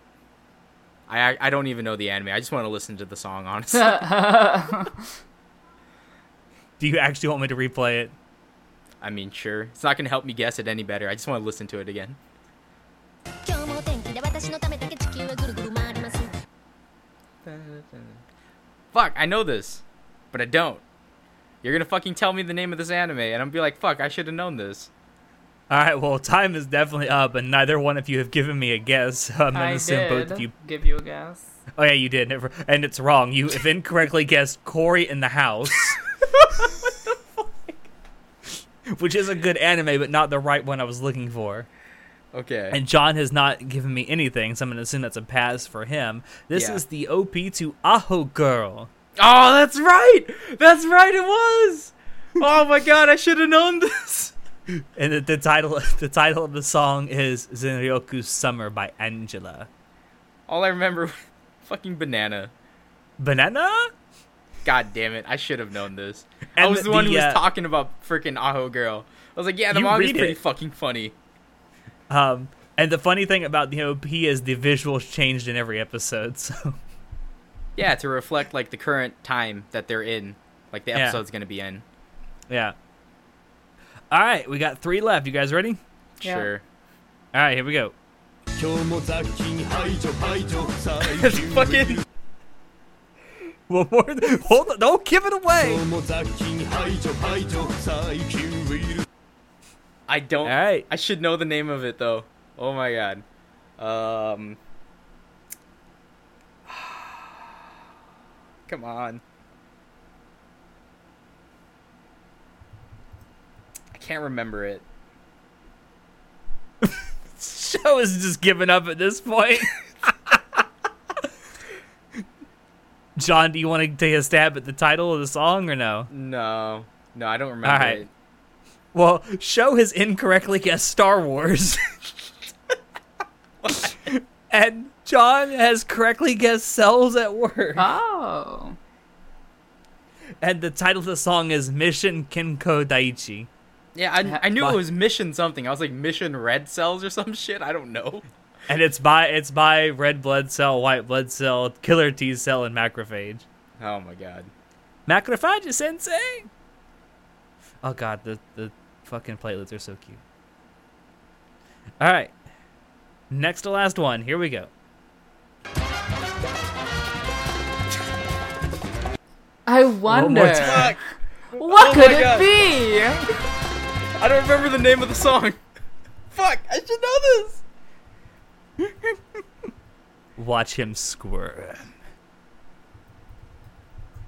I I- I don't even know the anime. I just want to listen to the song, honestly. Do you actually want me to replay it? I mean, sure. It's not gonna help me guess it any better. I just want to listen to it again. 今日もお天気で私のためだけ地球はぐるぐる回ります Fuck, I know this, but I don't. You're gonna fucking tell me the name of this anime, and I'm gonna be like, fuck, I should have known this. All right, well, time is definitely up, and neither one of you have given me a guess. So I'm going I to assume both did of you. give you a guess. Oh, yeah, you did. Never... And it's wrong. You have incorrectly guessed Corey in the House. Which is a good anime, but not the right one I was looking for. Okay. And John has not given me anything, so I'm going to assume that's a pass for him. This Yeah. is the OP to Aho Girl. oh, that's right! That's right, it was! Oh my god, I should have known this! And the, the title the title of the song is Zenryoku's Summer by Angela. All I remember was fucking banana. Banana? God damn it, I should have known this. I And was the, one who the, was uh, talking about freaking Aho Girl. I was like, yeah, the You manga's read pretty it. fucking funny. Um and the funny thing about the OP is the visuals changed in every episode. So Yeah, to reflect like the current time that they're in, like the Yeah. episode's gonna be in. yeah. All right, we got 3 left. You guys ready? Yeah. Sure. All right, here we go. 今日も雑菌排除排除最 That's 近 fucking. One more. Hold on. Don't give it 今 away. 日も雑菌排除排除最近ウイルス I don't. All right. I should know the name of it though. Oh my god. Um. Come on. I can't remember it. Show is just giving up at this point. John, do you want to take a stab at the title of the song or no? No. No, I don't remember Alright. it. Well, Show has incorrectly guessed Star Wars. and John has correctly guessed Cells at Work. Oh. And the title of the song is Mission Kinko Daiichi. Yeah, I, I knew Bye. it was Mission something. I was like Mission Red Cells or some shit. I don't know. And it's by it's by red blood cell, white blood cell, killer T cell, and macrophage. Oh my god. Macrophage sensei. Oh god, the the fucking platelets are so cute. All right, next to last one. Here we go. I One more wonder. time. What Oh could my it God. be? I don't remember the name of the song. Fuck, I should know this. Watch him squirm.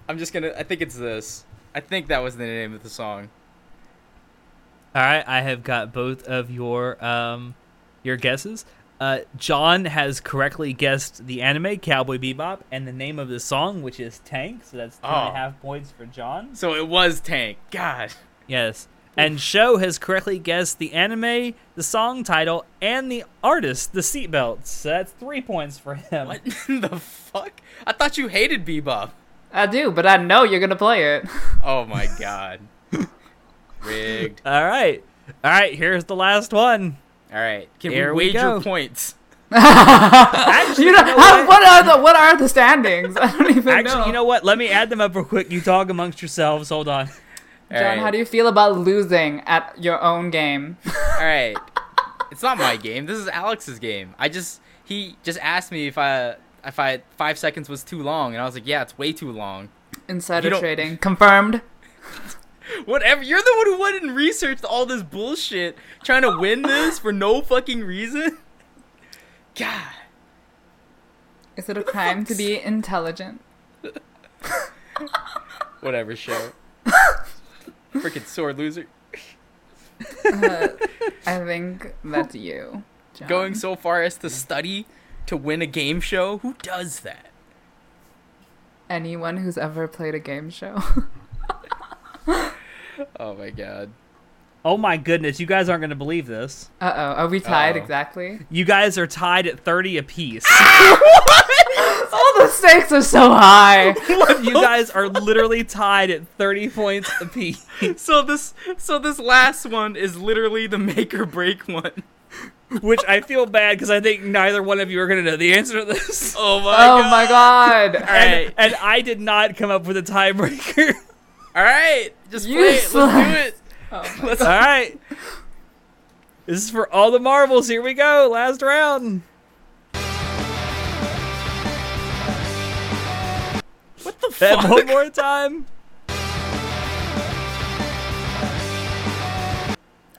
I'm just gonna. I think it's this. I think that was the name of the song. All right, I have got both of your um your guesses. Uh, John has correctly guessed the anime Cowboy Bebop and the name of the song, which is Tank. So that's two and a half Oh. points for John. So it was Tank. God. Yes. And Show has correctly guessed the anime, the song title, and the artist, the seatbelt. So that's three points for him. What in the fuck? I thought you hated Bebop. I do, but I know you're gonna play it. Oh my god. Rigged. All right. All right, here's the last one. All right. Can Here we we wager go. points? Actually, you know, how, what are the what are the standings? I don't even Actually, know. you know what? Let me add them up real quick. You talk amongst yourselves. Hold on. John, how do you feel about losing at your own game? All right. It's not my game. This is Alex's game. I just he just asked me if I if I five seconds was too long, and I was like, yeah, it's way too long. Insider You don't- trading confirmed. Whatever. You're the one who went and researched all this bullshit, trying to win this for no fucking reason. God. Is it a crime to be intelligent? Whatever, show. Freaking sore loser. I think that's you. John. Going so far as to study to win a game show. Who does that? anyone who's ever played a game show. Oh my god. Oh my goodness, you guys aren't going to believe this. uh oh, are we tied Uh-oh. exactly? You guys are tied at 30 apiece. All Oh, the stakes are so high. you guys are literally tied at 30 points apiece. So this so this last one is literally the make or break one. Which I feel bad because I think neither one of you are going to know the answer to this. Oh my oh my god. and, Alright. and I did not come up with a tiebreaker. Alright. Just You Oh play it. slapped. Let's do it. Let's all right. This is for all the marbles. Here we go. Last round. what the And fuck? one more time.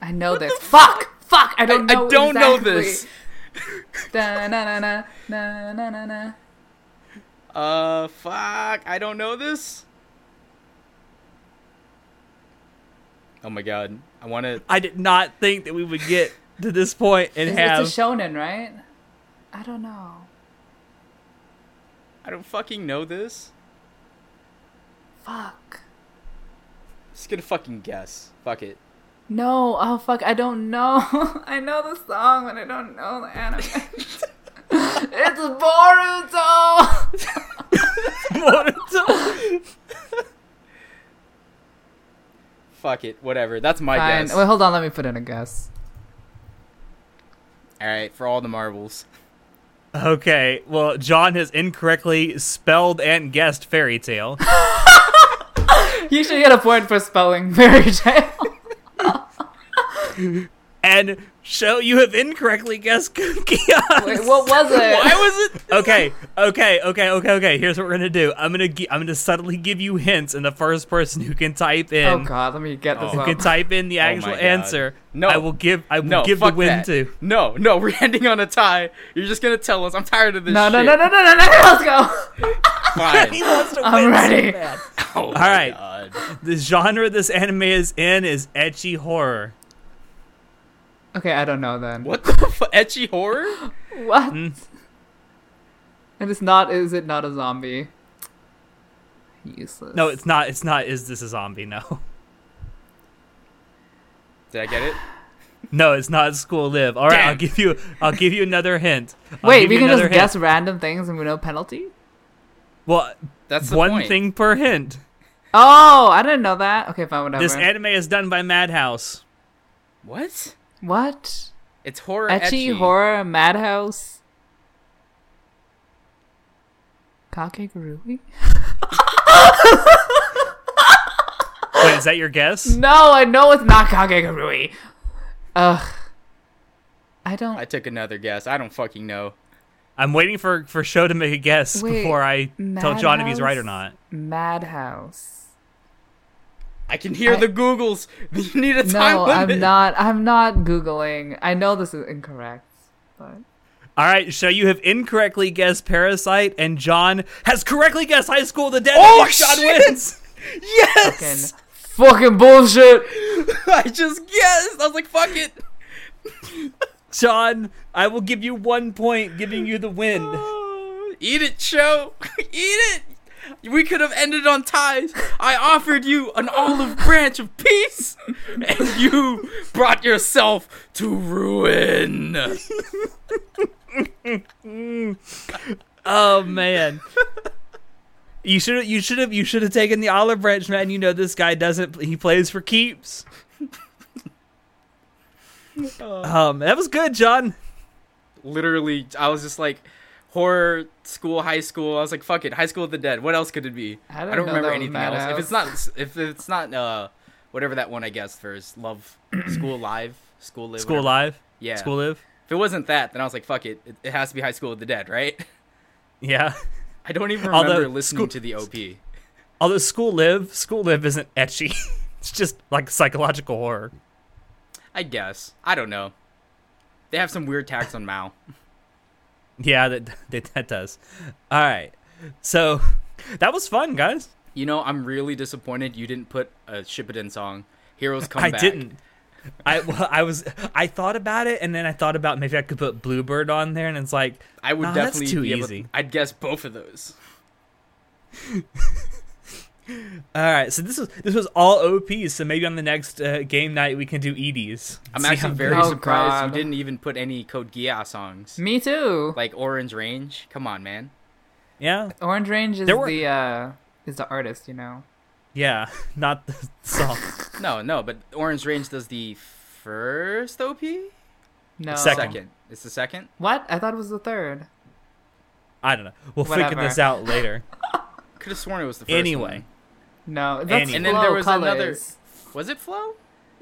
I know this. Fuck! Fuck! I don't I know don't know exactly. this. Da na na na na na na na. Uh fuck. I don't know this. Oh my god. I wanna I did not think that we would get to this point and It's, have. it's a shonen, right? I don't know. I don't fucking know this. Fuck. Just gonna fucking guess. Fuck it. No, oh fuck, I don't know. I know the song, but I don't know the anime. it's Boruto! Fuck it. Whatever. That's my Fine. guess. Wait, hold on, let me put in a guess. All right, for all the marbles. okay. Well, John has incorrectly spelled and guessed fairy tale. You should get a point for spelling fairy tale. and show you have incorrectly guessed cookie. Wait, what was it? Why was it? okay, okay, okay, okay, okay. Here's what we're gonna do. I'm gonna gi- I'm gonna subtly give you hints, and the first person who can type in Oh god, let me get this Oh. up. who can type in the my actual God. answer, No. I will give I will No, give fuck the win that. to. No, no, we're ending on a tie. You're just gonna tell us. I'm tired of this. no, shit. no, no, no, no, no, no, let's go. fine. Oh he wants to I'm win so ready. bad. All right. The genre this anime is in is etchy horror. Okay, I don't know then. What the fu Etchy horror? What? And it's not. Is it not a zombie? Useless. No, it's not. It's not. Is this a zombie? No, Did I get it? no, it's not. School live. All right, I'll Damn. give you. I'll give you another hint. I'll Wait, give we you can just another hint. guess random things and we know penalty. Well, That's the one point. thing per hint. Oh, I didn't know that. Okay, fine, whatever. This anime is done by Madhouse. What? what? It's horror. Etchy Etchy horror madhouse. Kakegurui? Wait, is that your guess? No, I know it's not Kakegurui. Ugh. I don't. I took another guess. I don't fucking know. I'm waiting for for show to make a guess Wait, before I tell John if he's right or Madhouse? not. madhouse. I can hear I- the Googles. You need a time No, limit. I'm not. I'm not googling. I know this is incorrect, but All right, so you have incorrectly guessed Parasite, and John has correctly guessed High School of the Dead. Oh, and John shit! wins. fucking, Yes, fucking bullshit. I just guessed. I was like, "Fuck it." John, I will give you one point, giving you the win. Eat it, show. Eat it. We could have ended on ties. I offered you an olive branch of peace, and you brought yourself to ruin. Oh man. You should you should have you should have taken the olive branch, man. You know this guy doesn't he plays for keeps. um, that was good, John. Literally, I was just like, horror school, high school. I was like, "Fuck it, High School of the Dead." What else could it be? I didn't know remember that was anything else. Madhouse. If it's not, if it's not, uh, whatever that one I guessed first, love, school live, school live, School whatever. live, yeah, school live, If it wasn't that, then I was like, "Fuck it, it, it has to be High School of the Dead," right? yeah. I don't even Although, remember listening school- to the OP. Although school live, school live isn't etchy. it's just like psychological horror. I guess. I don't know. They have some weird tax on Mao. Yeah, that that, that does. All right, so that was fun, guys. You know, I'm really disappointed you didn't put a Shippuden song. Heroes come I back. didn't. I well, I was I thought about it and then I thought about maybe I could put Bluebird on there and it's like I would nah, definitely that's too be able- easy. I'd guess both of those. All right, so this was this was all OPs. So maybe on the next uh, game night we can do EDs. I'm See actually how- very Oh, surprised God. you didn't even put any Code Geass songs. Me too. Like Orange Range. Come on, man. yeah Orange Range is There were- the uh is the artist, you know. yeah not the song No, no, but Orange Range does the first OP? No. Second. Second. It's the second? What? I thought it was the third. I don't know. We'll figure Whatever. this out later. Could have sworn it was the first anyway, No, Anyway. that's Flow one. And then there was colors. another. Was it Flow?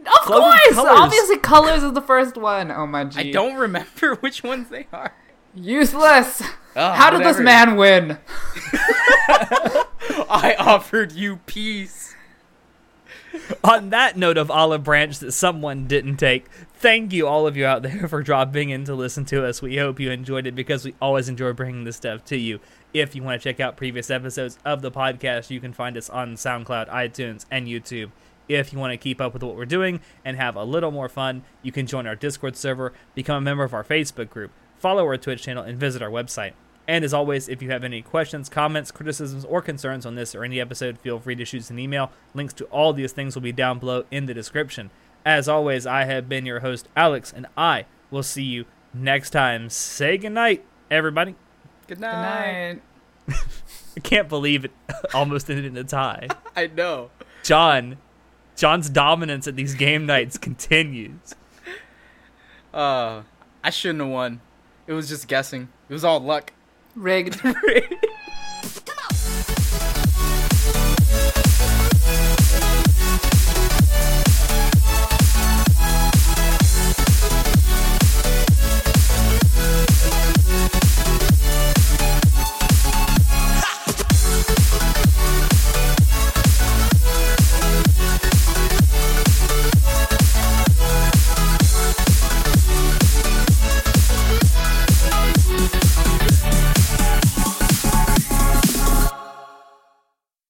Of Flow with course, Colours. obviously, colors is the first one. Oh my g! I don't remember which ones they are. useless. Ah, Ugh, How did this Uh, whatever. man win? I offered you peace. on that note of olive branch that someone didn't take, thank you all of you out there for dropping in to listen to us. We hope you enjoyed it because we always enjoy bringing this stuff to you. If you want to check out previous episodes of the podcast, you can find us on SoundCloud, iTunes, and YouTube. If you want to keep up with what we're doing and have a little more fun, you can join our Discord server, become a member of our Facebook group, follow our Twitch channel, and visit our website. And as always, if you have any questions, comments, criticisms, or concerns on this or any episode, feel free to shoot us an email. Links to all these things will be down below in the description. As always, I have been your host, Alex, and I will see you next time. Say goodnight, everybody. Good Good night. night. I can't believe it almost ended in a tie. I know. John, John's dominance at these game nights continues. Uh, I shouldn't have won. It was just guessing. It was all luck. Rigged.